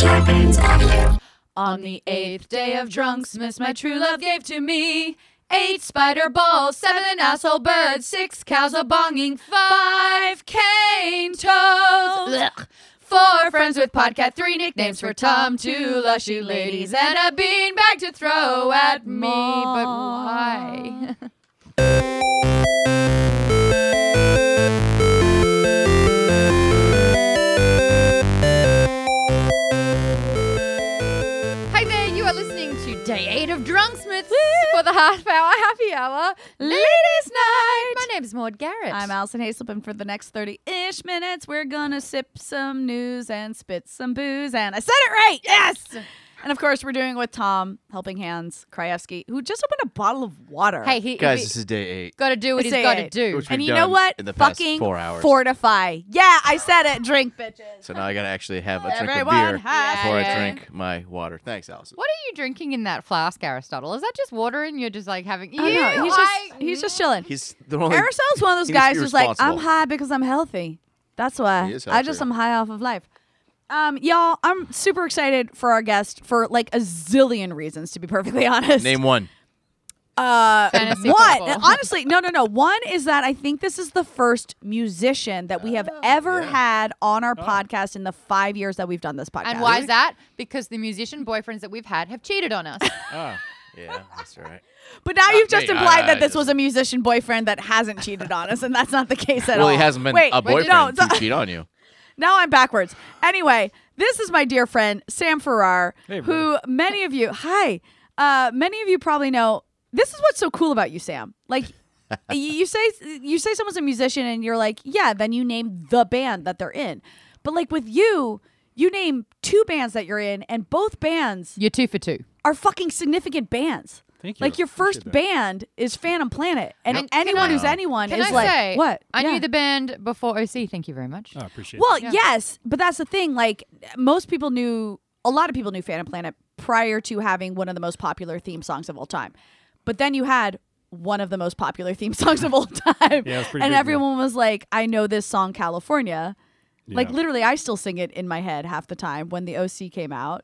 Scarpins Avenue. On the eighth day of drunks, Miss my true love gave to me. Eight spider balls, seven asshole birds, six cows a bonging, five cane toes. Blech. Four friends with podcat, three nicknames for Tom, two lushy ladies, and a beanbag to throw at me. But why? Hi there, you are listening to Day 8 of Drunksmiths for the Half Hour Happy Hour Ladies Night. My name's Maud Garrett. I'm Alison Haslip, and for the next 30 ish minutes, we're gonna sip some news and spit some booze. And I said it right! Yes! And of course, we're doing it with Tom, Helping Hands, Krajewski, who just opened a bottle of water. Hey, he, Guys, he- this is day eight. Got to do what It's he's got to day eight. do. Which and we've you know done what? In the past Fucking four hours. fortify. Yeah, I said it. Drink, bitches. So now I gotta actually have a drink of Everyone beer has before one. I drink my water. Thanks, Allison. What are you drinking in that flask, Aristotle? Is that just water and you're just like having? Oh, no, he's I- just he's just chilling. He's the only. Aristotle's one of those he needs to guys be who's like, I'm responsible." high because I'm healthy. That's why He is I just healthy. am high off of life. Um, y'all, I'm super excited for our guest for like a zillion reasons, to be perfectly honest. Name one. uh, Fantasy what? football. Honestly, no, no, no. One is that I think this is the first musician that we have ever Oh, yeah. Oh. had on our podcast in the five years that we've done this podcast. And why is that? Because the musician boyfriends that we've had have cheated on us. Oh. Yeah, that's right. But now Not you've just me. implied I- that I this just- was a musician boyfriend that hasn't cheated on us, and that's not the case at well, all. he hasn't been Wait, a wait, boyfriend no, so- to cheat on you. Now I'm backwards. Anyway, this is my dear friend Sam Farrar, who many of you, hi, uh, many of you probably know. This is what's so cool about you, Sam. Like y- you say, you say someone's a musician, and you're like, yeah. Then you name the band that they're in. But like with you, you name two bands that you're in, and both bands you're two for two. are fucking significant bands. Thank you. Like your Appreciate first that. band is Phantom Planet, and And can anyone I- who's anyone Can is I like, say what? I Yeah. knew the band before OC. Thank you very much. Oh, I appreciate Well, Yeah. that. yes, but that's the thing. Like most people knew, a lot of people knew Phantom Planet prior to having one of the most popular theme songs of all time. But then you had one of the most popular theme songs of all time, Yeah, it's pretty and big, yeah. everyone was like, "I know this song, California." Like Yeah. literally, I still sing it in my head half the time when the OC came out,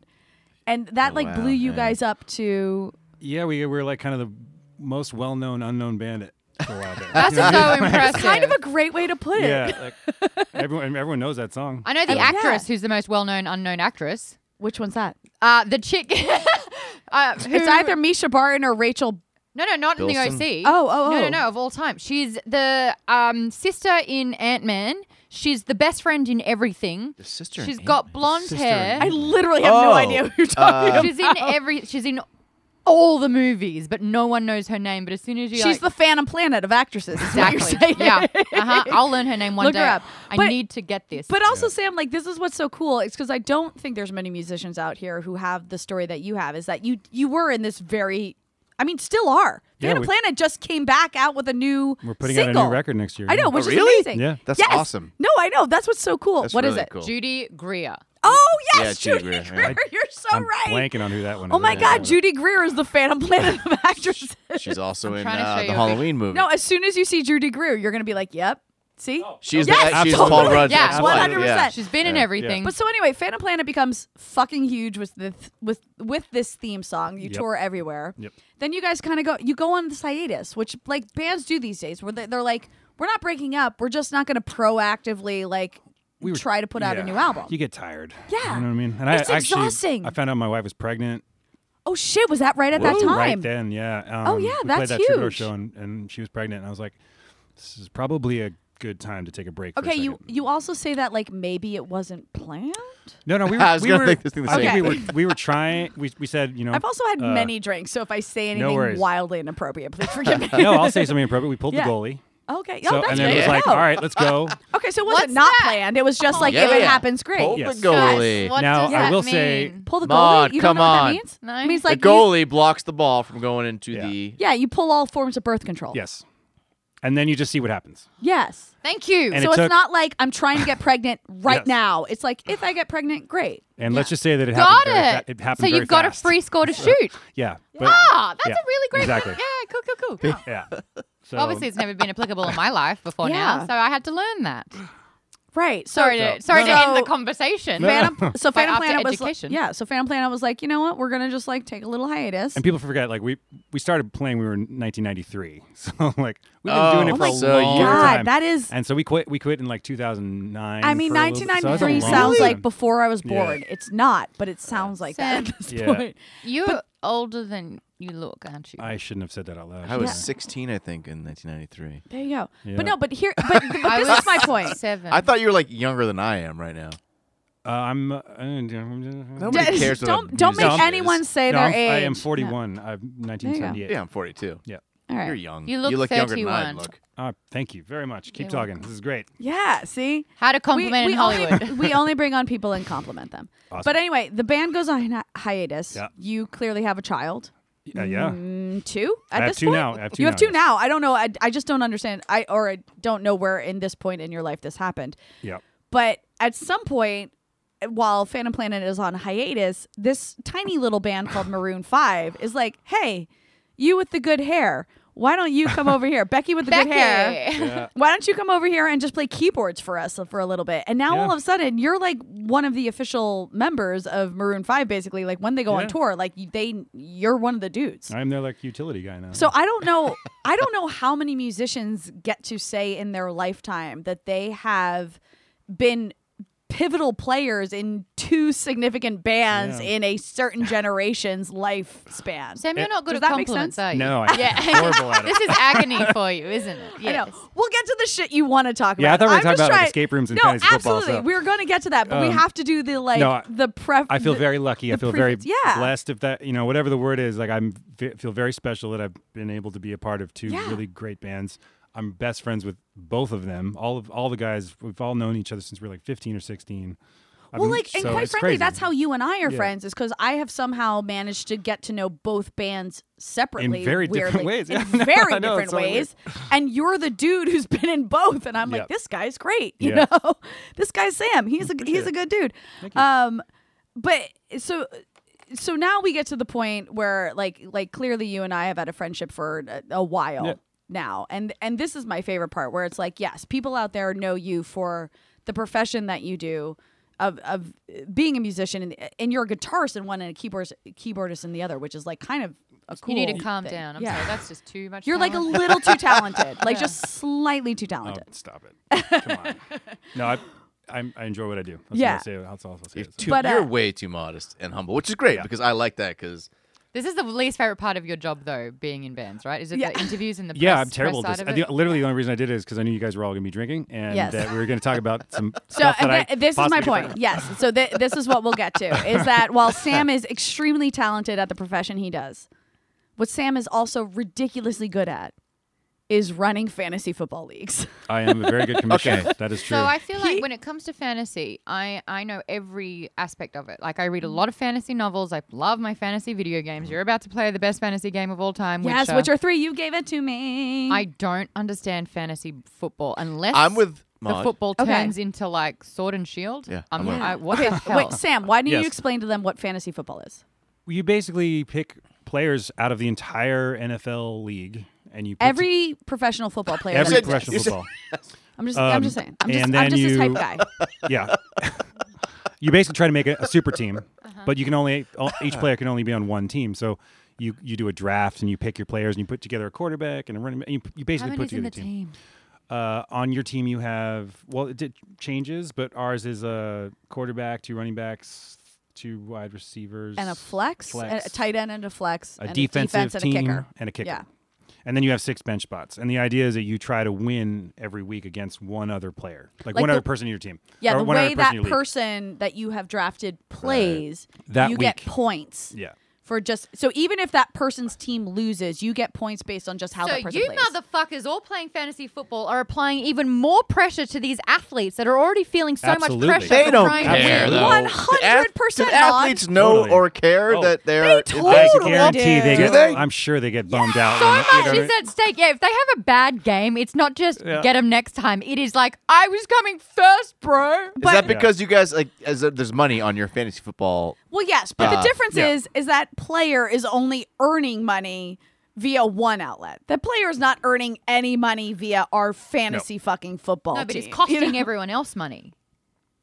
and that Oh, like wow, blew you yeah. guys up to. Yeah, we were like kind of the most well-known unknown bandit for a while there. That's so impressive. Kind of a great way to put it. yeah, like, everyone everyone knows that song. I know the Oh, yeah. actress who's the most well-known unknown actress. Which one's that? Uh, the chick. uh, who, It's either Misha Barton or Rachel. no, no, not in Bilson? the OC. Oh, oh, no, oh. no, no, of all time. She's the um, sister in Ant Man. She's the best friend in everything. The sister. She's She's got blonde Sister in hair. I literally have no Oh, idea who you're talking uh, about. she's in every she's in all the movies, but no one knows her name. But as soon as you She's like, the Phantom Planet of actresses. Is what you're exactly saying. yeah, uh-huh. I'll learn her name one Look her day. up. I But- need to get this. But also, Sam, like this is what's so cool. It's because I don't think there's many musicians out here who have the story that you have. Is that you? You were in this very, I mean, still are. Yeah, Phantom we- Planet just came back out with a new. We're putting out a new single. record next year, I know, yeah. which Oh, is really? amazing. Yeah. That's Yes. awesome. No, I know. That's what's so cool. That's What is really it? cool. Judy Greer. Oh Yeah, yes, Judy Judy, Greer, Greer. yeah. You're so I'm right. blanking on who that one is. oh my Yeah. God, Judy Greer is the Phantom Planet of actresses. She's also in trying to show uh, you the a Halloween movie. no, as soon as you see Judy Greer, you're gonna be like, "Yep, see." Oh, she's Yes, the, she's Paul totally. Rudd's Yeah, ex-wife. 100%. She's been in Yeah, yeah. everything. But so anyway, Phantom Planet becomes fucking huge with the th- with with this theme song. You Yep. tour everywhere. Yep. Then you guys kind of go you go on this hiatus, which like bands do these days, where they- they're like, we're not breaking up, we're just not going to proactively like We were- try to put out a yeah. new album. You get tired. Yeah. You know what I mean? And It's I exhausting. actually I found out my wife was pregnant oh shit, was that right at that Right- time? Right then, yeah. Oh, Um, yeah, we that's played that Troubadour huge. show and, and she was pregnant, and I was like, this is probably a good time to take a break. for a Okay, you second. Um, you also say that like maybe it wasn't planned. No, no, we were. I was we gonna were, think this thing the I think same we were we were trying. We we said you know. I've also had uh, many drinks, so if I say anything worries. wildly inappropriate, please forgive me. No, I'll say something appropriate. We pulled Yeah. the goalie. Okay, oh, So, that's and then great. it was like, No. all right, let's go. Okay, so it wasn't What's not that? Oh. planned. It was just like if it Yeah. happens, great. Pull Yes. the goalie. What Now, does I that will say- mean? Pull the goalie. Maud, you don't come know what that on. means? No. It means like the you- goalie blocks the ball from going into Yeah. the. yeah, you pull all forms of birth control. Yes, and then you just see what happens. Yes. Thank you. And so it it's took- not like I'm trying to get pregnant right Yes. now. It's like if I get pregnant, great. And let's just say that it got happened. Very it. fa- it happened. so very you've got fast. a free score to shoot. Yeah. But, Ah, that's Yeah, a really great. exactly. Um, Yeah, cool, cool, cool. Yeah. So Obviously, it's never been applicable in my life before Yeah. now, so I had to learn that. Right. So, Sorry to sorry to end So- the conversation. Phantom, so By Phantom after Planet was like, education. yeah. So Phantom Planet was like, you know what? We're gonna just like take a little hiatus. And people forget, like we we started playing. We were in 1993, so like we've been Oh, doing it oh for my a long God, time. that is- and so we quit. We quit in like 2009. I mean, for a little bit. So that's a 1993 long sounds time. like before I was Yeah. born. It's not, but it sounds like that Sam. at this Yeah. point. You're older than you look, aren't you? I shouldn't have said that out loud. I was shouldn't 16, I think, in 1993. There you go. Yeah. But no, but here, but, but I this was is my point. Seven. I thought you were like younger than I am right now. I? Uh, I'm. Uh, no, Nobody D- cares what a don't don't make musician is. anyone say I'm, their I age. am No. 41. I'm 1978. Yeah, I'm 42. All right. You're young. You look you look younger than I 31. look. Uh, thank you very much. Keep You're talking. This is great. Yeah. See. How to compliment in Hollywood. Only, we only bring on people and compliment them. Awesome. But anyway, the band goes on hi- hiatus. Yeah. You clearly have a child. Yeah, Uh, yeah. Mm, two I at have this two point? now. I have two you now, have two yes. now. I don't know. I, I just don't understand. I or I don't know where in this point in your life this happened. yeah. But at some point, while Phantom Planet is on hiatus, this tiny little band called Maroon 5 is like, hey, you with the good hair, why don't you come over here? Becky with the good hair. Becky. Yeah. Why don't you come over here and just play keyboards for us for a little bit? And now all Yeah. of a sudden, you're like one of the official members of Maroon Five. Basically, like when they go on Yeah. tour, like you- they you're one of the dudes. I'm their like utility guy now. So I don't know. I don't know how many musicians get to say in their lifetime that they have been pivotal players in two significant bands Yeah. in a certain generation's lifespan. Sam, you're not good Does at that make compliments, sense? are you? no, I, Yeah. am horrible at it. This is agony for you, isn't it? I Yes. know. We'll get to the shit you want to talk Yeah, I about. thought we were I'm talking just about, like, trying- escape rooms and no, fantasy football, absolutely. so- We were going to get to that, but we Um, have to do the like no, I- the pref. I feel the- very lucky. I the feel prefix. very Yeah. blessed if that, you know, whatever the word is, like I'm f- feel very special that I've been able to be a part of two Yeah. really great bands. I'm best friends with both of them. All of all the guys, we've all known each other since we were like 15 or 16. I Well, mean, like, and so quite it's frankly, crazy. that's how you and I are Yeah. friends, is because I have somehow managed to get to know both bands separately, very weirdly, different ways. Yeah, in I know, very I know, different it's so weird. ways. And you're the dude who's been in both, and I'm like, Yep. this guy's great, you Yeah. know. this guy's Sam. He's a he's a good dude. Um, but so so now we get to the point where like like clearly you and I have had a friendship for a, a while Yeah. now. And and this is my favorite part where it's like yes, people out there know you for the profession that you do of of being a musician and, and you're a guitarist in one and a keyboardist keyboardist in the other, which is like kind of a cool You need to calm thing. down. I'm yeah. sorry. That's just too much. You're like a talent. little too talented, like just slightly too Oh, talented. stop it. Come on. No, I, I'm, I enjoy what I do. That's Yeah. All I say, that's all I'll say. You're, So- too, But, uh, you're way too modest and humble, which is great because I like that because This is the least favorite part of your job, though, being in bands, right? Is it Yeah. the interviews and the yeah, press, I'm terrible press side at this. of I it? think literally the only reason I did it is because I knew you guys were all going to be drinking and Yes. that we were going to talk about some So stuff that and I thi- this is my possibly point. Yes. So th- this is what we'll get to is that while Sam is extremely talented at the profession he does, what Sam is also ridiculously good at is running fantasy football leagues. I am a very good commissioner. Okay. That is true. So I feel He- like when it comes to fantasy, I I know every aspect of it. Like I read a lot of fantasy novels. I love my fantasy video games. You're about to play the best fantasy game of all time. yes, uh, Witcher. which are three. You gave it to me. I don't understand fantasy football unless I'm with the Maud. football Okay. turns into like sword and shield. Yeah, I'm, I'm not. with- I, what the hell? Wait, Sam, why don't you Yes. explain to them what fantasy football is? you basically pick players out of the entire NFL league, and you put to- Every professional football player. every that said- professional you said- football. I'm just. I'm um, just saying. I'm just. and I'm then just his type you- guy. yeah, you basically try to make a, a super team, but you can only all- each player can only be on one team. So you you do a draft and you pick your players and you put together a quarterback and a running. back, And you, you How basically many put is in together the a team. team? Uh, on your team, you have well, it did changes, but ours is a quarterback, two running backs, two wide receivers, And a flex, Flex. a tight end, and a flex, a and defensive a defense team and a kicker. and a kicker. Yeah. And then you have six bench spots. And the idea is that you try to win every week against one other player, like, Like one the- other person in your team. Yeah, or the one other way person in that your league. person that you have drafted plays, That you get week. points Yeah. for just so even if that person's team loses, you get points based on just how So that person you plays. motherfuckers all playing fantasy football are applying even more pressure to these athletes that are already feeling so Absolutely. much pressure. they for don't trying to care. win. though. One The hundred percent ath- do Athletes know Totally. or care Oh. that they're. They if I totally guarantee do. they Do get. they? I'm sure they get bummed out. So when, you much know, is at stake. Yeah, if they have a bad game, it's not just Yeah. get them next time. It is like I was coming first, bro. Is that Yeah. because you guys like? As a, there's money on your fantasy football. Ah, well, yes, but the Uh, difference yeah. is is that player is only earning money via one outlet. The player is not earning any money via our fantasy fucking football No, but it's team, you costing know? everyone else money.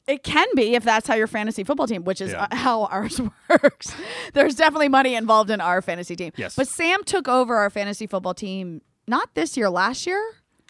It can be if that's how your fantasy football team, which is Yeah. uh, how ours works. There's definitely money involved in our fantasy team. Yes. But Sam took over our fantasy football team not this year, last year.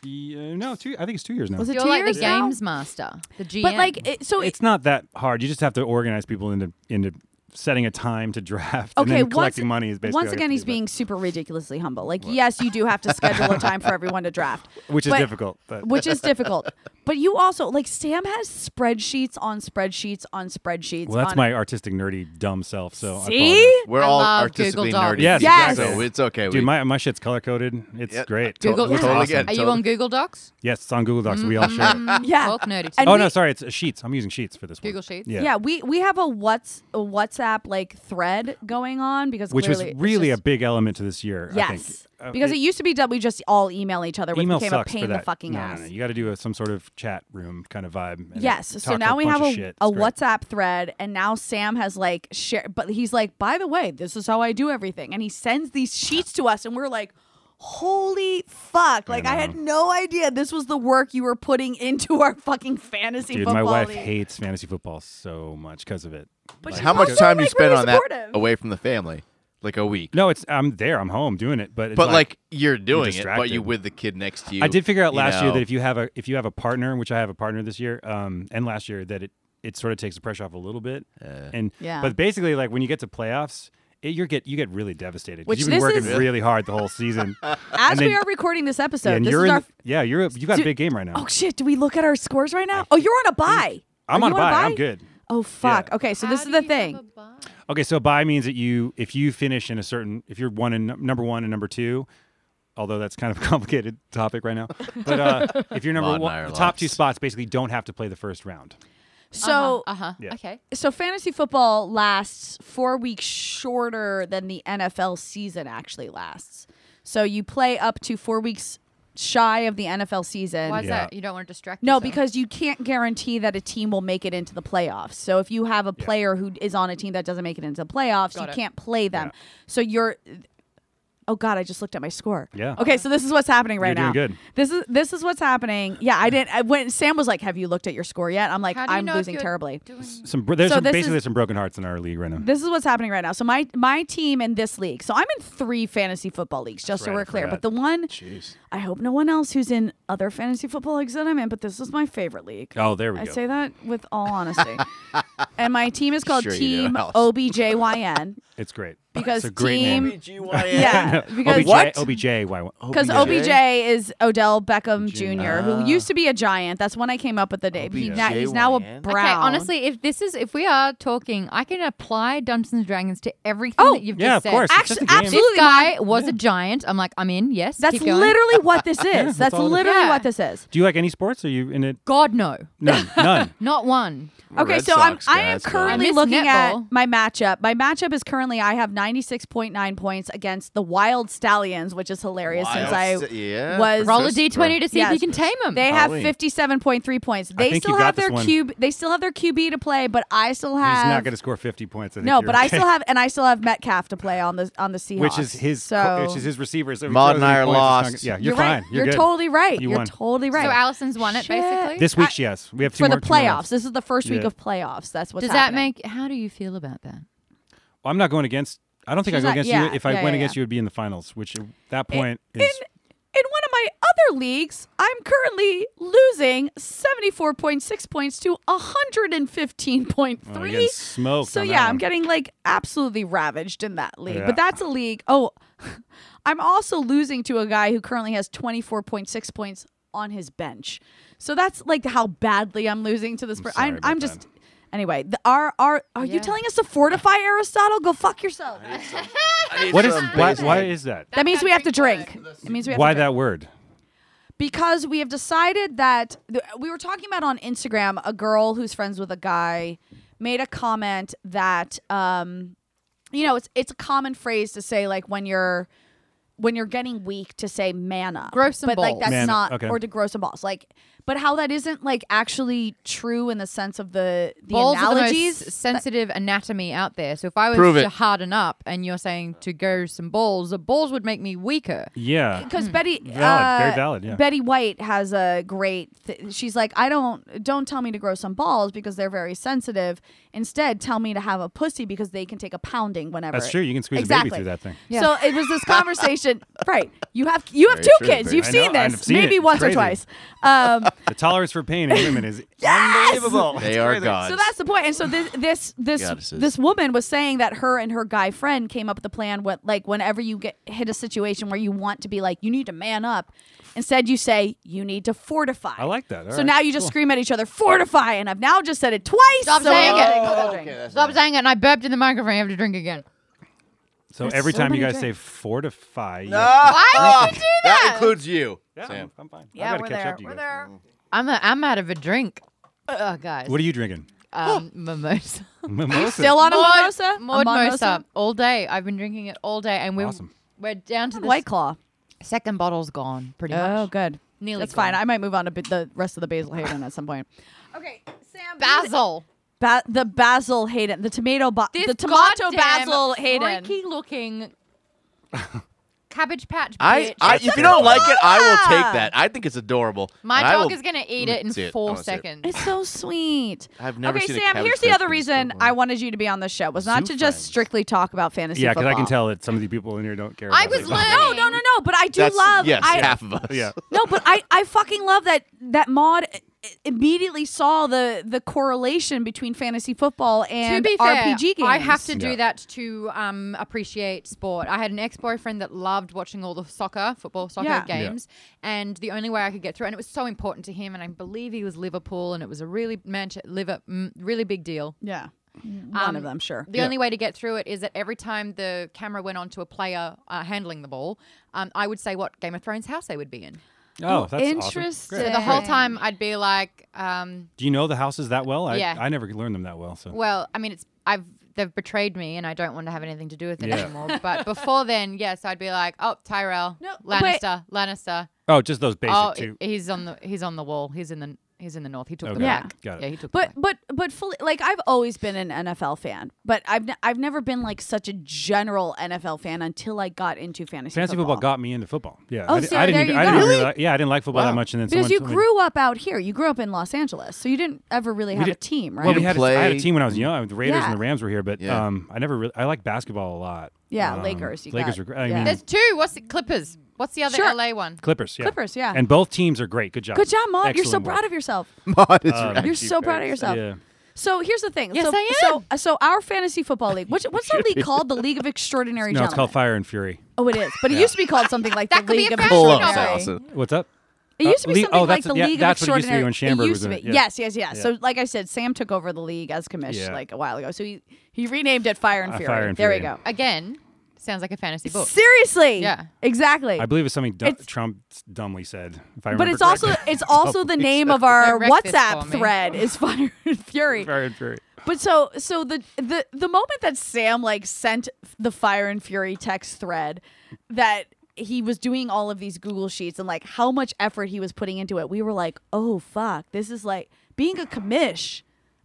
Yeah, no, two. I think it's two years now. Was it You're two like years the now? games master, the GM. But like, it, so it, it's not that hard. You just have to organize people into into setting a time to draft. and okay, then once, collecting money is basically all once you have again to he's do, being super ridiculously humble. Like, yes, you do have to schedule a time for everyone to draft, but- which is but- difficult. But which is difficult. But you also like Sam has spreadsheets on spreadsheets on spreadsheets. well, that's on, my artistic, nerdy, dumb self. So I see. apologize. We're I all love artistically Google Docs. nerdy. Yes, people, exactly. So it's okay. Dude, my, my shit's color coded. It's Yeah, great. to- Google, we yeah. totally awesome. get it. Are you Totally. on Google Docs? Yes, it's on Google Docs. We all share it. Yeah. Talk nerdy. Mm-hmm. And Oh talk. no, we- sorry, it's uh, Sheets. I'm using Sheets for this one. Google Sheets? Yeah. Yeah. we we have a what's a WhatsApp like thread going on because Which was clearly it's really just- a big element to this year. I think. yes Uh, because it, used to be that we just all email each other, which email became a sucks pain for in that. the fucking no, ass. No, no. You got to do a, some sort of chat room kind of vibe. and Yes. So talk now we bunch have of a, shit. a It's great. WhatsApp thread, and now Sam has like share, but he's like, by the way, this is how I do everything, and he sends these sheets to us, and we're like, holy fuck! Like I, had no idea this was the work you were putting into our fucking fantasy Dude, football. my wife league. hates fantasy football so much because of it. But Like- she's How much also, time do you like, spend really on that Oh, supportive. away from the family? Like a week. No, it's I'm there. I'm home doing it, but it's but like, you're doing it, but distracted. you with the kid next to you. I did figure out you last year know. that if you have a if you have a partner, which I have a partner this year, um, and last year that it it sort of takes the pressure off a little bit. and Yeah. but basically, like when you get to playoffs, it, you get you get really devastated. 'cause Which you've been this working is- really hard the whole season. as and then- we are recording this episode, and this you're is in, our. yeah, you're you got Dude, a big game right now. Oh shit! Do we look at our scores right now? Oh, you're on a bye. I'm Are on you a bye. I'm good. Oh fuck. Okay, so this is the thing. Okay, so buy means that you if you finish in a certain if you're one and num- number one and number two, although that's kind of a complicated topic right now. But uh, if you're number Lot and I one, are the top two lots. spots basically don't have to play the first round. So uh huh. Yeah. Okay. so fantasy football lasts four weeks shorter than the NFL season actually lasts. So you play up to four weeks shy of the NFL season. Why is Yeah. that? You don't want to distract no, yourself. because you can't guarantee that a team will make it into the playoffs. So if you have a player who is on a team that doesn't make it into the playoffs, Got you it. can't play them. So you're Oh god, I just looked at my score. Yeah. Okay, so this is what's happening right You're now. doing good. This is this is what's happening. Yeah, I didn't I, when Sam was like, "Have you looked at your score yet?" I'm like, How do you "I'm know if losing you're terribly." doing- Some bro- there's So some, this basically is- there's some broken hearts in our league right now. This is what's happening right now. So my my team in this league. So I'm in three fantasy football leagues, just so right, we're I clear. But forgot. the one Jeez. I hope no one else who's in other fantasy football leagues that I'm in, but this is my favorite league. Oh, there we I go. say that with all honesty. and my team is called Sure you do, Team Alice. OBJYN It's great because it's a great team name. Yeah, because OBJ, OBJ, why? because OBJ is Odell Beckham Jr., who Ah. used to be a giant. That's when I came up with the name. He, now, he's now a OBJYN? brown. Okay, honestly, if this is if we are talking, I can apply Dungeons and Dragons to everything Oh, that you've Yeah, just of said. course. It's Actu- just a game. absolutely. This guy was a giant. I'm like, I'm in. Yes, that's keep going. literally what this is. that's that's all it is. literally Yeah. what this is. Do you like any sports? Are you in it? God no, None. None. not one. Okay, Red so Sox, I'm I am guys, come on. currently I miss looking netball. at my matchup. My matchup is currently I have 96.9 points against the Wild Stallions, which is hilarious since I Wild Sta- yeah, was Roll Roll a d20 to see if Yes. you can tame him. they have Halloween. 57.3 points. They think still you got have this their one. QB they still have their QB to play, but I still have He's not going to score 50 points. I think No, you're but I okay. still have and I still have Metcalf to play on the on the Seahawks. Which is his, so which is his receiver. So if he Maud throws and any I are points, it's not lost. gonna- Yeah, you're, You're, right. fine. You're, good. totally right. You You are won. totally right. So Alison's won it Shit. basically. This week I- she has. We have two for the more tomorrow. playoffs. This is the first week Yeah. of playoffs. That's what's Does that happening. make? How do you feel about that? Well, I'm not going against. I don't think She's I go not- against yeah, you. If yeah, I went yeah, against yeah. you, it'd be in the finals. Which at that point is In one of my other leagues, I'm currently losing 74.6 points to oh, you're 115.3. getting smoked. so on that yeah, I'm one. getting like absolutely ravaged in that league. Yeah. But that's a league. Oh, I'm also losing to a guy who currently has 24.6 points on his bench. So that's like how badly I'm losing to this person. sorry I'm, about I'm that. just Anyway, the, are are are you Yeah. telling us to fortify Aristotle? Go fuck yourself. What is why, why is that? That means we have to drink. It means we have Why to drink. that word? because we have decided that th- we were talking about on Instagram a girl who's friends with a guy made a comment that um you know it's it's a common phrase to say like when you're when you're getting weak to say man up Grow some but like balls. that's Man up, not okay. or to grow some balls like but how that isn't like actually true in the sense of the the Balls are the analogies. most sensitive anatomy out there. So if I was Prove to it. harden up and you're saying to go some balls, the balls would make me weaker. Yeah. because Betty, Valid, very uh, valid, yeah. Betty White has a great. Th- she's like, I don't don't tell me to grow some balls because they're very sensitive. Instead, tell me to have a pussy because they can take a pounding whenever. That's true. You can squeeze a exactly. baby through that thing. Yeah. So it was this conversation, right? You have you have Very two true, kids. very You've true. I seen know, I've this seen maybe it. once Crazy. or twice. Um, The tolerance for pain in women is unbelievable. They It's are crazy. gods. So that's the point. And so this this this Goddesses. this woman was saying that her and her guy friend came up with a plan. What like whenever you get hit a situation where you want to be like you need to man up, instead you say you need to fortify. I like that. All so right, now you just cool. scream at each other, fortify, and I've now just said it twice. Stop so- saying it. Oh, that's Stop saying it. And I burped in the microphone. You have to drink again. So There's every so time you many guys say fortify, you have Ah, Why would you do that? that includes you. to- yeah, Sam. I'm, I'm fine. I Yeah, gotta we're catch there. up to you We're guys. Mm-hmm. there. I'm a, I'm out of a drink. Oh, guys. What are you drinking? um, mimosa. Mimosa. Still on a Maud- mimosa? A Maud Maud Mosa. All day. I've been drinking it all day, and we're Awesome. we're down to the White Claw. second bottle's gone, pretty Oh, much. good. Nearly That's gone. fine. I might move on to b- the rest of the Basil Hayden at some point. Okay, Sam. Basil. Ba- the Basil Hayden, the tomato, ba- This the tomato goddamn Basil Hayden. freaky looking cabbage patch. Bitch. I, I if you don't like it, I will take that. I think it's adorable. my and I dog will- is gonna eat Let me it in see it. I four wanna see it. seconds. It's so sweet. I've never okay, seen a Sam. cabbage here's the patch other kid reason before. I wanted you to be on this show was not Zoo to just friends. strictly talk about fantasy. Yeah, because I can football. tell that some of the people in here don't care. I about was it. learning. No, no, no, no. But I do That's- love. yes, I, half of us. Yeah. No, but I, I fucking love that that Maud i- immediately saw the the correlation between fantasy football to and be fair, RPG games. I have to do Yeah. that to um, appreciate sport. I had an ex-boyfriend that loved watching all the soccer, football, soccer Yeah. Yeah. games, and the only way I could get through, and it was so important to him, and I believe he was Liverpool, and it was a really Manchester, Liver, mm, really big deal. Yeah, one Um, of them, sure. The only way to get through it is that every time the camera went on to a player uh, handling the ball, um, I would say what Game of Thrones house they would be in. Oh, that's Awesome. Interesting. Great. So the whole time I'd be like, um, Do you know the houses that well? I, Yeah. I never learned them that well. So well, I mean, it's I've they've betrayed me, and I don't want to have anything to do with it Yeah. anymore. But before then, yes, I'd be like, oh, Tyrell, No, wait. Lannister, Lannister. oh, just those basic Oh, two. he- he's on the he's on the wall. He's in the he's in the north. He took the Okay. Yeah. back. Got it. Yeah, he took. But the back. but but fully like I've always been an NFL fan, but I've ne- I've never been like such a general NFL fan until I got into fantasy. Fantasy football got me into football. Yeah. Oh, I, di- see, I didn't. there even- you I go. didn't Really? realize- yeah, I didn't like football that much, and then because someone you told me- grew up out here. You grew up in Los Angeles, so you didn't ever really have a did- team, right? Well, we didn't had a, I had a play- team when I was young. The Raiders Yeah. and the Rams were here, but Yeah. um, I never. Really, I like basketball a lot. Yeah, Um, Lakers, you Lakers got- were great. I yeah. mean, There's two. What's the Clippers? What's the other Sure. LA one? Clippers. Yeah. Clippers, yeah. And both teams are great. Good job. Good job, Maud. You're so Excellent proud work. of yourself. Maud is Um, right. You're so proud of yourself. Yeah. So here's the thing. Yes, so, I am. So, so our fantasy football league. What's, what's that league called? The League of Extraordinary No, it's Gentlemen. called Fire and Fury. oh, it is. But it used to be called something like That the could be League a of fashion Pull up, Extraordinary. Allison. What's up? It used to Uh, be Lea- something oh, like that's- the yeah, League that's of what it used to be Extraordinary. when Shamberg it was used in to it, be. yeah. Yes, yes, yes. Yeah. So, like I said, Sam took over the league as commish Yeah. like a while ago. So he, he renamed it Fire and Uh, Fury. Fire and there we Fury. go. Again, sounds like a fantasy book. Seriously. Yeah. Exactly. I believe it's something du- It's- Trump dumbly said. If I but remember it's also correctly. it's also the name of our Direct this for WhatsApp me. thread is Fire and Fury. Fire and Fury. But so so the the the moment that Sam like sent the Fire and Fury text thread that he was doing all of these Google sheets and like how much effort he was putting into it, we were like, oh fuck, this is like being a commish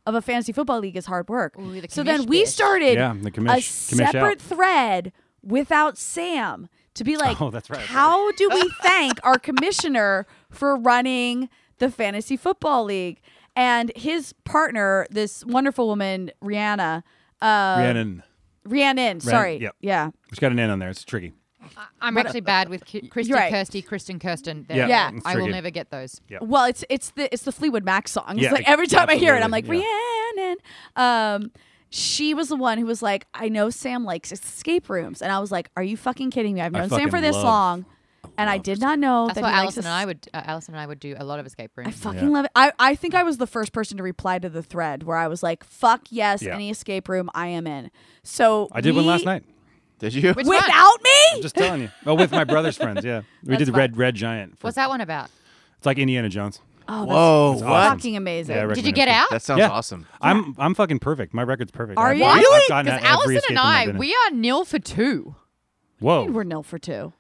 of a fantasy football league is hard work. Ooh, the so then commish we bitch. started Yeah, the a commish- commish out. separate thread without Sam to be like, Oh, that's right. How do we thank our commissioner for running the fantasy football league? And his partner, this wonderful woman, Rihanna. Uh, Rhiannon. Rhiannon, sorry. yep. Yeah. It's got an N on there. It's tricky. I'm actually bad with Ki- Christy right. Kirsty, Kristen Kirsten. Yeah, Yeah. it's I will tricky. never get those. Yep. Well, it's it's the it's the Fleetwood Mac song. It's Yeah, like every time I hear it, I'm like absolutely, Rhiannon. Um, she was the one who was like, I know Sam likes escape rooms, and I was like, Are you fucking kidding me? I've I known Sam fucking for this love- long, and I did not know That's that what he likes Alison and I es- would. Uh, Alison and I would do a lot of escape rooms. I fucking Yeah. love it. I, I think I was the first person to reply to the thread where I was like, fuck yes, Yeah. any escape room I am in. So I did one we- last night. Did you? Which one? Without I'm me? just telling you. Oh, with my brother's friends. Yeah, we did the fun. Red Red Giant. for- What's that one about? It's like Indiana Jones. Oh, that's Whoa, That's what? awesome. fucking amazing. Yeah, I recommend Did you it. get out? That sounds Yeah. awesome. I'm I'm fucking perfect. My record's perfect. Are I've- you? I've Really? gotten Because out every Allison escape and room I've I, been in. we are nil for two. We Whoa. We're nil for two.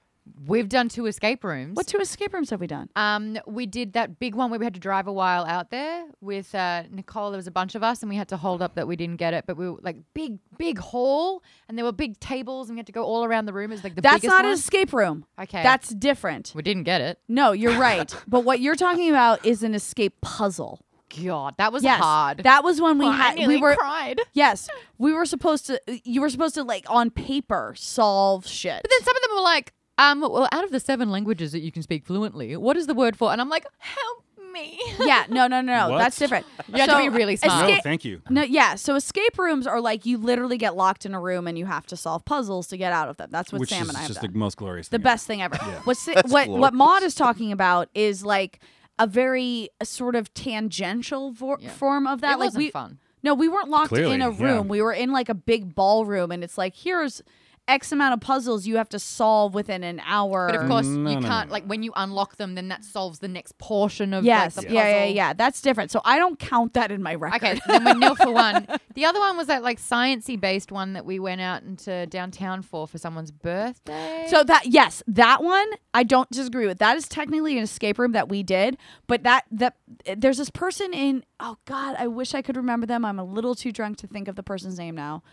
We've done two escape rooms. What two escape rooms have we done? Um, we did that big one where we had to drive a while out there with uh, Nicole. There was a bunch of us, and we had to hold up that we didn't get it. But we were like big, big hall, and there were big tables, and we had to go all around the room. Is like the That's biggest not one. an escape room. Okay. That's different. we didn't get it. No, you're right. but what you're talking about is an escape puzzle. God, that was Yes, hard. that was when we Well, I had we nearly were cried. yes we were supposed to you were supposed to like on paper solve shit. But then some of them were like, um, well, out of the seven languages that you can speak fluently, what is the word for? And I'm like, help me. yeah, no, no, no, no What? that's different. You had to be really smart. No, escape- thank you. No, yeah. So escape rooms are like you literally get locked in a room and you have to solve puzzles to get out of them. That's what Which Sam is and I have just done. the most glorious. the thing best thing ever. What si- what what Maud is talking about is like a very a sort of tangential vo- form of that. It like wasn't we fun. no, we weren't locked in Clearly, a yeah. room. We were in like a big ballroom, and it's like here's x amount of puzzles you have to solve within an hour. But of course, No, you no, can't. no. Like when you unlock them, then that solves the next portion of yes, like, the yeah, yeah, puzzle. yeah. That's different. So I don't count that in my record. Okay, then we're nil for one. The other one was that like sciency based one that we went out into downtown for for someone's birthday. So that yes, that one I don't disagree with. That is technically an escape room that we did, but that that there's this person in oh god, I wish I could remember them. I'm a little too drunk to think of the person's name now.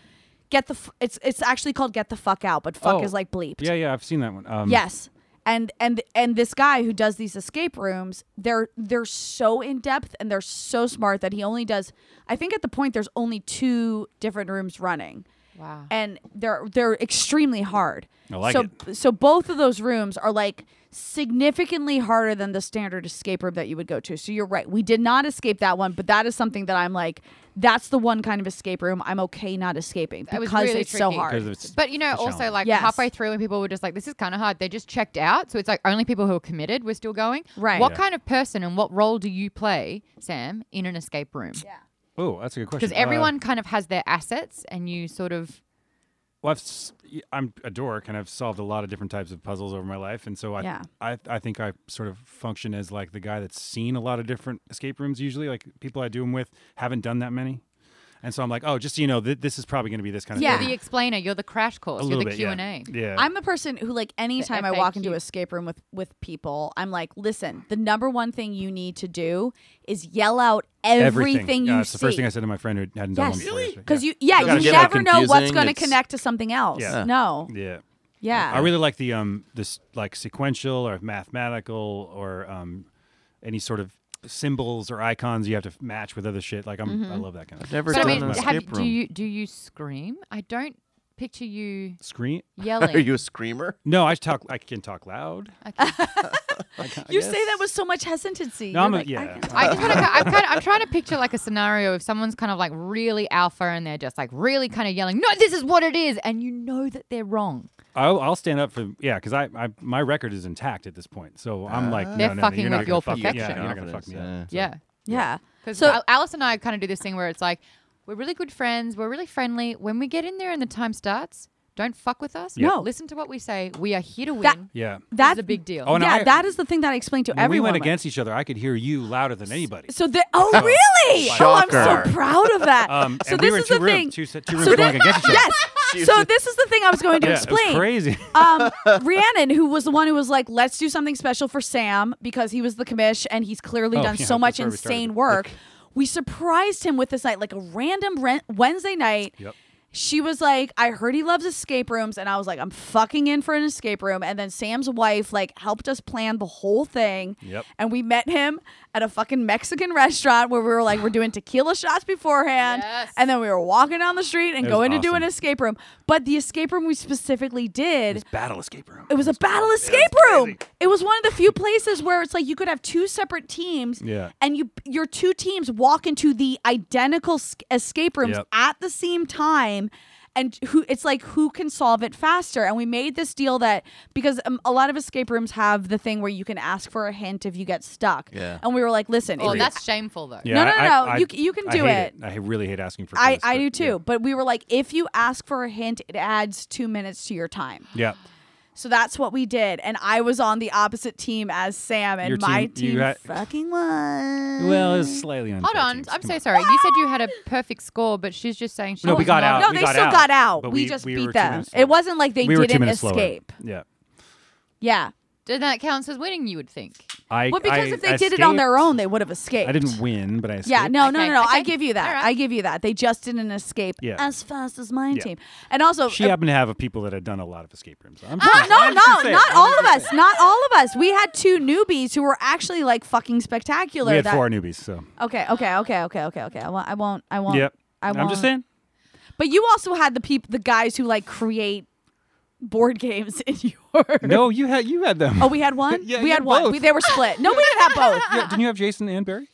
Get the f- it's it's actually called get the fuck out, but fuck Oh. is like bleeped. Yeah, yeah, I've seen that one. Um, Yes. And and and this guy who does these escape rooms, they're they're so in depth and they're so smart that he only does I think at the point there's only two different rooms running wow. and they're they're extremely hard. I like so so both of those rooms are like significantly harder than the standard escape room that you would go to. So you're right. We did not escape that one, but that is something that I'm like that's the one kind of escape room I'm okay not escaping That was because really it's so tricky. Because hard. it's But you know, the also challenge. like Yes. halfway through, when people were just like, "This is kind of hard," they just checked out. So it's like only people who are committed were still going. Right. What Yeah. kind of person and what role do you play, Sam, in an escape room? oh, that's a good question. Because Uh, everyone kind of has their assets, and you sort of well, I've, s- I'm a dork, and I've solved a lot of different types of puzzles over my life, and so I, Yeah. I, I think I sort of function as like the guy that's seen a lot of different escape rooms. Usually, like people I do them with haven't done that many, and so I'm like, oh, just so you know, th- this is probably going to be this kind of Yeah. thing. the explainer. You're the crash course. a You're little the bit, Q and yeah. A. Yeah, I'm the person who like anytime I walk into FAQ. an escape room with with people, I'm like, listen, the number one thing you need to do is yell out everything, you yeah, see. that's the first thing I said to my friend who hadn't done one Yes. before. Really? yesterday. Because you, yeah, Doesn't you get, like, never know what's confusing. going to It's- connect to something else. Yeah. No, yeah. yeah. yeah, I really like the um this like sequential or mathematical or um any sort of symbols or icons you have to f- match with other shit. Like I'm Mm-hmm. I love that kind of Never But I done mean, an have, escape do room. you do you scream? I don't picture you screen. yelling. Are you a screamer? No, I talk. I can talk loud. Okay. I ca- I You say guess. that with so much hesitancy. No, You're I'm a, like, I yeah. can- I just want to. I'm kind of. I'm trying to picture like a scenario if someone's kind of like really alpha and they're just like really kind of yelling, "No, this is what it is," and you know that they're wrong. I'll, I'll stand up for yeah, because I, I my record is intact at this point, so I'm like, no, They're no, no, fucking you're with not your gonna fuck me- perfection. Yeah, you're not gonna fuck me up. Confidence, So- Yeah, yeah. because So- Alice and I kind of do this thing where it's like we're really good friends, we're really friendly. When we get in there and the time starts, don't fuck with us. Yeah. No. listen to what we say. We are here to win. That- Yeah. That's a big deal. Oh, and yeah, I- that is the thing that I explained to When we everyone. went against each other, I could hear you louder than anybody. So the oh really? Oh, I'm Shocker. so proud of that. Um, so and this we were in is two the rooms, thing. two, se- two rooms going thi- against each other. Yes. So this is the thing I was going to yeah, explain. it was crazy. um, Rhiannon, who was the one who was like, "Let's do something special for Sam because he was the commish and he's clearly Oh, done yeah, so much that's where we started. insane work." We surprised him with this night, like a random ren- Wednesday night. Yep. She was like, "I heard he loves escape rooms," and I was like, "I'm fucking in for an escape room." And then Sam's wife like helped us plan the whole thing. Yep. And we met him at a fucking Mexican restaurant where we were like, "We're doing tequila shots beforehand," Yes. and then we were walking down the street and It was going to do an awesome. escape room. But the escape room we specifically did battle escape room. it was a battle escape room. It was one of the few places where it's like you could have two separate teams, Yeah. and you your two teams walk into the identical s- escape rooms Yep. at the same time, and who it's like who can solve it faster. And we made this deal that because um, a lot of escape rooms have the thing where you can ask for a hint if you get stuck. Yeah. And we were like, listen, Oh, if- that's shameful though. Yeah, No, no, I- no, I- you c- you can I do hate it. I really hate asking for. I clues, I but do too. But we were like, if you ask for a hint, it adds two minutes to your time. Yeah, So that's what we did, and I was on the opposite team as Sam, and Your my team- you team had- fucking won. Yeah. Well, Mm. it's slightly Hold unfair on, teams. I'm Come so on. sorry. You said you had a perfect score, but she's just saying she. No, we was got not- out. no, we they got still out, got out. but We, we- just we were beat two them. minutes slower. It wasn't like they We were two didn't minutes slower. escape. Yeah. Yeah. Doesn't that count as winning? You would think. I Well, because I if they did it on their escaped. own, they would have escaped. I didn't win, but I escaped. Yeah, no, no, Okay, no, no. I okay. give you that. All right. I give you that. They just didn't escape Yeah. as fast as my Yeah. team. And also, She happened to have a people that had done a lot of escape rooms. I'm Well, sorry. uh, no, I'm just no, saying. not I'm all just of us. Not all of us. We had two newbies who were actually like fucking spectacular. We had that- four newbies, so Okay, okay, okay, okay, okay, okay. I won't. I won't. I won't. yep. Oh, I won't. I'm just saying. But you also had the people, the guys who like create board games in your. No, you had you had them. Oh, we had one. Yeah, we you had had one. both. We, they were split. No, we didn't have both. Yeah, didn't you have Jason and Barry?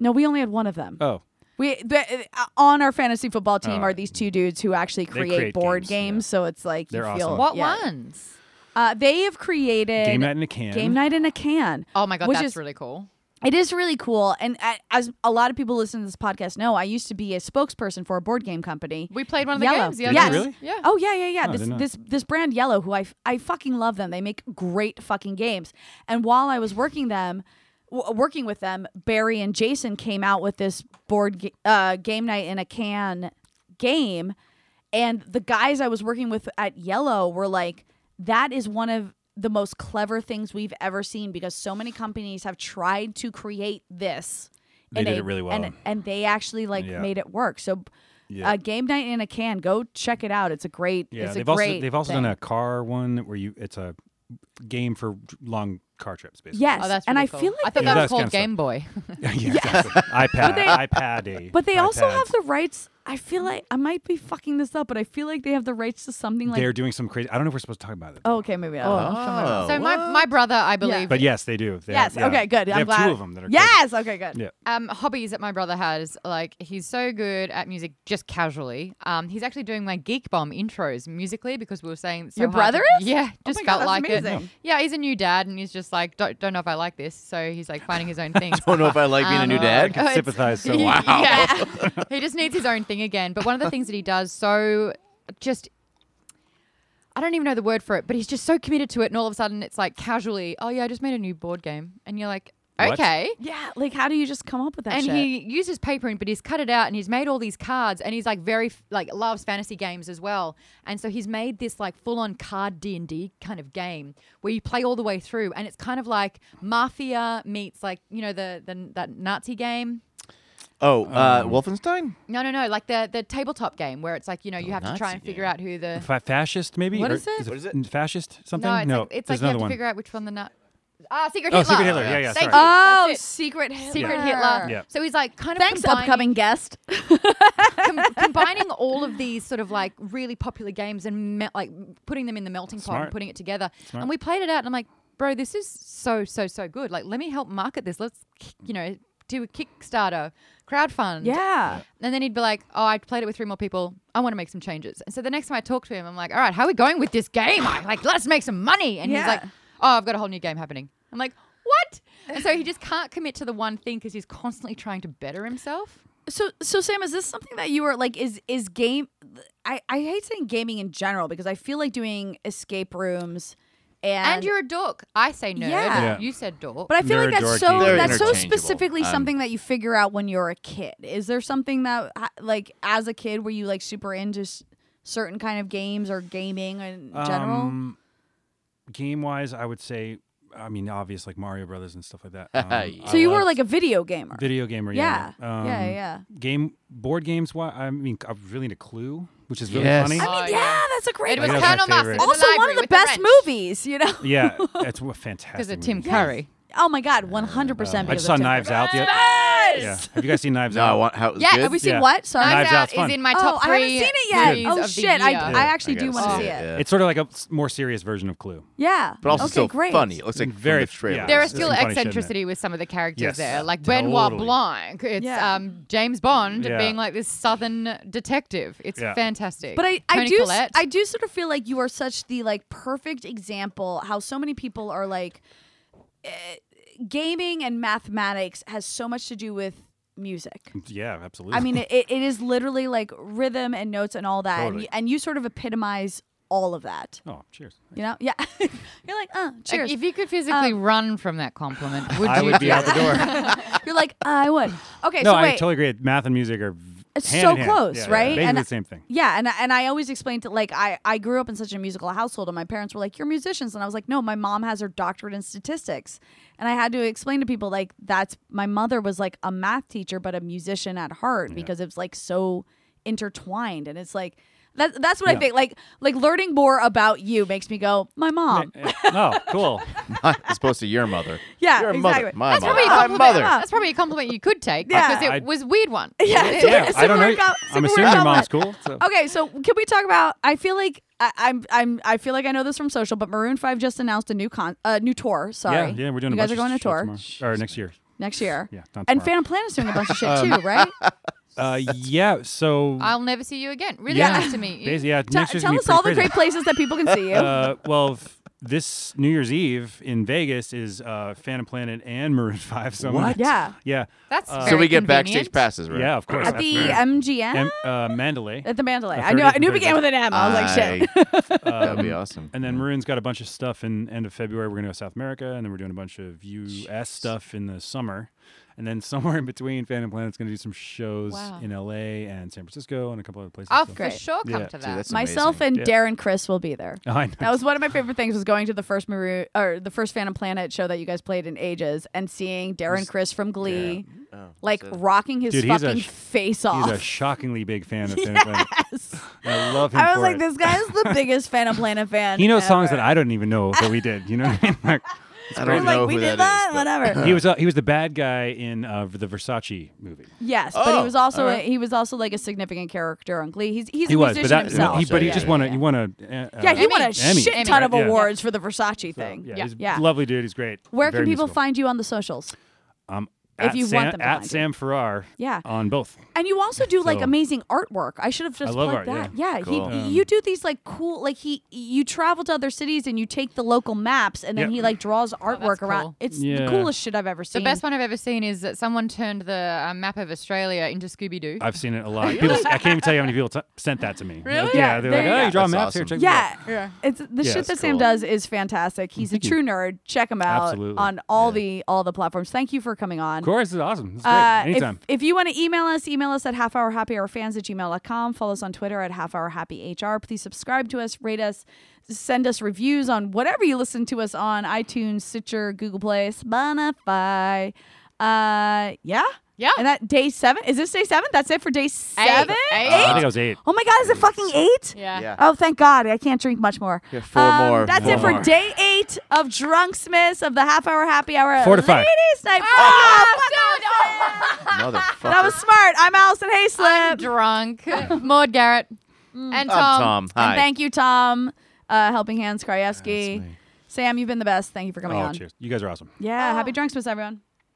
No, we only had one of them. Oh, We the, uh, on our fantasy football team Oh, are these two dudes who actually create, create board games, games, yeah. so it's like you They're feel awesome. What yeah. ones? Uh, they have created game night in a can. Game night in a can. Oh my god, Which that's is- really cool. It is really cool, and uh, as a lot of people listening to this podcast know, I used to be a spokesperson for a board game company. We played one of the Yellow. games. Yeah, Yes. Really? Yeah. Oh yeah, yeah, yeah. No, I this did not. this this brand Yellow, who I f- I fucking love them. They make great fucking games. And while I was working them, w- working with them, Barry and Jason came out with this board ga- uh, game night in a can game, and the guys I was working with at Yellow were like, that is one of the most clever things we've ever seen because so many companies have tried to create this. They and did it really well. and, and they actually like Yeah. made it work. So Yeah. uh, game night in a can. Go check it out. It's a great. Yeah, it's a they've great also they've also thing. done a car one where you it's a game for long car trips basically. Yes, Oh, that's and really I cool. feel I like, thought Yeah, that was that's called kinda stuff. Game Boy. yeah, exactly. iPad, iPad. but they also have the rights. I feel like I might be fucking this up, but I feel like they have the rights to something like. They're doing some crazy. I don't know if we're supposed to talk about it. oh, okay, maybe. I don't know. Oh, so my, what? my brother, I believe, But yes, they do. They Yes. have- yeah. Okay. Good. They I'm have glad. two of them that are. yes. Okay. Good. Yeah. um, hobbies that my brother has, like he's so good at music just casually. Um, he's actually doing my Geek Bomb intros musically because we were saying it's so Your hard to- brother is? Oh Yeah, just my God, felt that's like amazing. it. Yeah, he's a new dad and he's just like don't, don't know if I like this, so he's like finding his own thing. don't know if I like being a new Um, I dad. can it's- sympathize so much. Wow. Yeah. he just needs his own thing again. But one of the things that he does so just I don't even know the word for it, but he's just so committed to it and all of a sudden it's like casually, Oh yeah, I just made a new board game and you're like, What? Okay. Yeah. Like, how do you just come up with that? And shit? he uses paper, but he's cut it out and he's made all these cards and he's like very f- like loves fantasy games as well. And so he's made this like full on card D and D kind of game where you play all the way through and it's kind of like mafia meets like you know the, the that Nazi game. Oh, uh, Wolfenstein? No, no, no. Like the the tabletop game where it's like you know you have to try Nazi and figure game. out who the Fa- fascist maybe? What Or is it? What is it? n- Fascist something? no. It's no, like, it's like there's you have another to one. figure out which one the nut. Ah, Secret oh, Hitler. Secret Hitler. Yeah, yeah. Thank Sorry. you. oh, That's it. secret Hitler. Secret Hitler. Yeah. So he's like kind of Thanks, combining, upcoming guest. com- combining all of these sort of like really popular games and me- like putting them in the melting pot Smart. and putting it together. Smart. And we played it out, and I'm like, bro, this is so so so good. Like, let me help market this. Let's you know do a Kickstarter, crowdfund. Yeah. And then he'd be like, "Oh, I played it with three more people. I want to make some changes." And so the next time I talk to him, I'm like, "All right, how are we going with this game? I, like, let's make some money." And Yeah. he's like, "Oh, I've got a whole new game happening." I'm like, "What?" And so he just can't commit to the one thing because he's constantly trying to better himself. So so Sam, is this something that you are like is is game I, I hate saying gaming in general because I feel like doing escape rooms and, And, you're a dork. I say nerd. Yeah. Yeah. You said dork. but I feel like Nerd that's dorky. so They're that's so interchangeable. specifically Um, something that you figure out when you're a kid. Is there something that ha- like as a kid were you like super into s- certain kind of games or gaming in general? Um, game wise, I would say, I mean, obvious like Mario Brothers and stuff like that. Um, Yeah. so I you were loved like a video gamer. video gamer. yeah. Yeah. Yeah, Um, yeah, yeah. Game board games. Why? I mean, I was really into Clue, which is really Yes. funny. I I mean, Oh, yeah, yeah. that's a great it was That one. was my Colonel Mustard. favorite. in the Also one of library the with best wrench. movies, you know. yeah, that's a fantastic. Because of movie. Tim Curry. Oh my god, 100% I just because Uh, saw of Tim Knives Out. The, Curry. yeah. Have you guys seen Knives No, I Out? want how it was Yeah, good. Have we seen Yeah. what? Sorry. Knives, Knives Out Out's is fun. in my top oh, three. I haven't seen it movies yet. Oh of the shit! I, year. I actually I do gotta want to see see it, it. Oh, yeah. It's sort of like a s- more serious version of Clue. Yeah. But also okay, still great. funny. It looks like And very from the f- trailer. yeah. There is There's still some funny shit in it. eccentricity with some of the characters Yes. there, like Benoit Totally. Blanc. It's Yeah. um, James Bond Yeah. being like this southern detective. It's Yeah. fantastic. But I, I Toni do s- Collette. I do sort of feel like you are such the like perfect example how so many people are like eh, gaming and mathematics has so much to do with music. Yeah, absolutely. I mean it, it is literally like rhythm and notes and all that and, Totally. you, and you sort of epitomize all of that. oh, cheers. You know? Yeah. You're like, "Uh, Like, cheers." Um, if you could physically run from that compliment, would I you would be do out the it? door. You're like, "I would." Okay, no, so I wait. totally agree. Math and music are v- it's Hand so in hand. close, Yeah, yeah, right? Basically And the same thing. yeah, and I- and I always explained to like I I grew up in such a musical household, and my parents were like, "You're musicians," and I was like, "No, my mom has her doctorate in statistics," and I had to explain to people like that's my mother was like a math teacher but a musician at heart because it's like so intertwined, and it's like. That, that's what I Yeah. think. Like, like learning more about you makes me go, my mom. Eh, oh, cool. Mine is supposed to your mother. Yeah, your exactly. mother. My That's mother. probably a My compliment. mother. Ah. That's probably a compliment you could take Yeah. because it I- was a weird one. Yeah, It- it's a Yeah, weird- I don't similar know. com- I'm similar assuming your compliment. mom's cool. So. Okay, so can we talk about? I feel like I, I'm I'm I feel like I know this from social, but Maroon Five just announced a new con uh, new tour. Sorry, Yeah, yeah, we're doing. You a guys bunch are going of to tour shows tomorrow, or next year. next year. Yeah, not and tomorrow. Um, Phantom Planet's doing a bunch of shit too, right? Uh, yeah. So I'll never see you again. Really yeah, nice to meet you. Basi- yeah, T- next year's tell gonna be us all the pretty crazy. great places that people can see you. Uh, well, f- this New Year's Eve in Vegas is uh, Phantom Planet and Maroon Five. So I'm gonna- What? yeah, Yeah. That's Uh, So very we get convenient. backstage passes, right? Yeah. Of course. at the absolutely. MGM, Em- uh, Mandalay. at the Mandalay. the I knew 30th I knew it and began with an M. I was like, shit. shit. That'd be awesome. And then Maroon's got a bunch of stuff in end of February. We're gonna go to South America, and then we're doing a bunch of U.S. stuff in the summer. And then somewhere in between, Phantom Planet's gonna do some shows Wow. in L.A. and San Francisco and a couple other places. I'll so- for Great. sure come Yeah. to Dude, that. that's Myself amazing. and Yeah. Darren Chris will be there. Oh, I know. That was one of my favorite things was going to the first Maroon or the first Phantom Planet show that you guys played in ages and seeing Darren Chris from Glee Oh, like so- rocking his Dude, he's a fucking sh- face He's a off. shockingly big fan of Phantom Planet. And I love him I for was like, it. this guy is the biggest Phantom Planet fan. He knows songs ever. that I don't even know that we did. You know what I mean? Like, I I don't was like, know we who did that that, is. but- whatever. he was uh, he was the bad guy in uh, the Versace movie. yes, but he Oh, was also alright. he was also like a significant character on Glee. He's he's He a was, musician but that himself. he, but he Yeah, just yeah, won a he won a uh, yeah, he uh, won a Emmy. shit Emmy, ton of right? Yeah. awards for the Versace thing. Yeah, Yeah. he's Yeah. a lovely dude. He's great. Where Very can people musical. find you on the socials? um, if at you want Sam, them to at find you? Sam Farrar? Yeah. on both. And you also do like Uh, So- amazing artwork. I should have just I love plugged art, that. Yeah, Cool. he, you do these like cool like he you travel to other cities and you take the local maps and then Yeah. he like draws artwork Oh, cool. around. It's the Yeah. coolest shit I've ever The seen. best one I've ever seen is that someone turned the uh, map of Australia into Scooby Doo. I've seen it a lot. People, I can't even tell you how many people t- sent that to me. Really? Like, yeah, Yeah, there they're like, you oh, go. you draw That's maps awesome. here. Check this out." Yeah. It's the shit it's that Sam cool. does is fantastic. He's a true nerd. Check him out Absolutely. on all the all the platforms. Thank you for coming on. Of course, it's awesome. It's great. Uh, if, Anytime. if you want to email us, email us at halfhourhappyhourfans at gmail.com. Follow us on Twitter at halfhourhappyhr. Please subscribe to us, rate us, send us reviews on whatever you listen to us on iTunes, Stitcher, Google Play, Spotify. Uh, yeah? Yeah. And that day seven? Is this day seven? That's it for day seven? Eight. I think I was eight. Oh my God, is it fucking eight? Yeah. Yeah. Oh, thank God. I can't drink much more. Yeah, four more. Um, That's Four it for more. day eight of Drunksmiths of the half hour happy hour. Four to five. Ladies' night. Ah, Fuck off. Motherfucker. That was smart. I'm Allison Hayslip. Drunk. Maud Garrett. Mm. And Tom. I'm Tom. Hi. And thank you, Tom. Uh, Helping Hands Krajewski. me. Sam, you've been the best. Thank you for coming Oh, on. cheers. You guys are awesome. Yeah, happy Drunksmiths, everyone.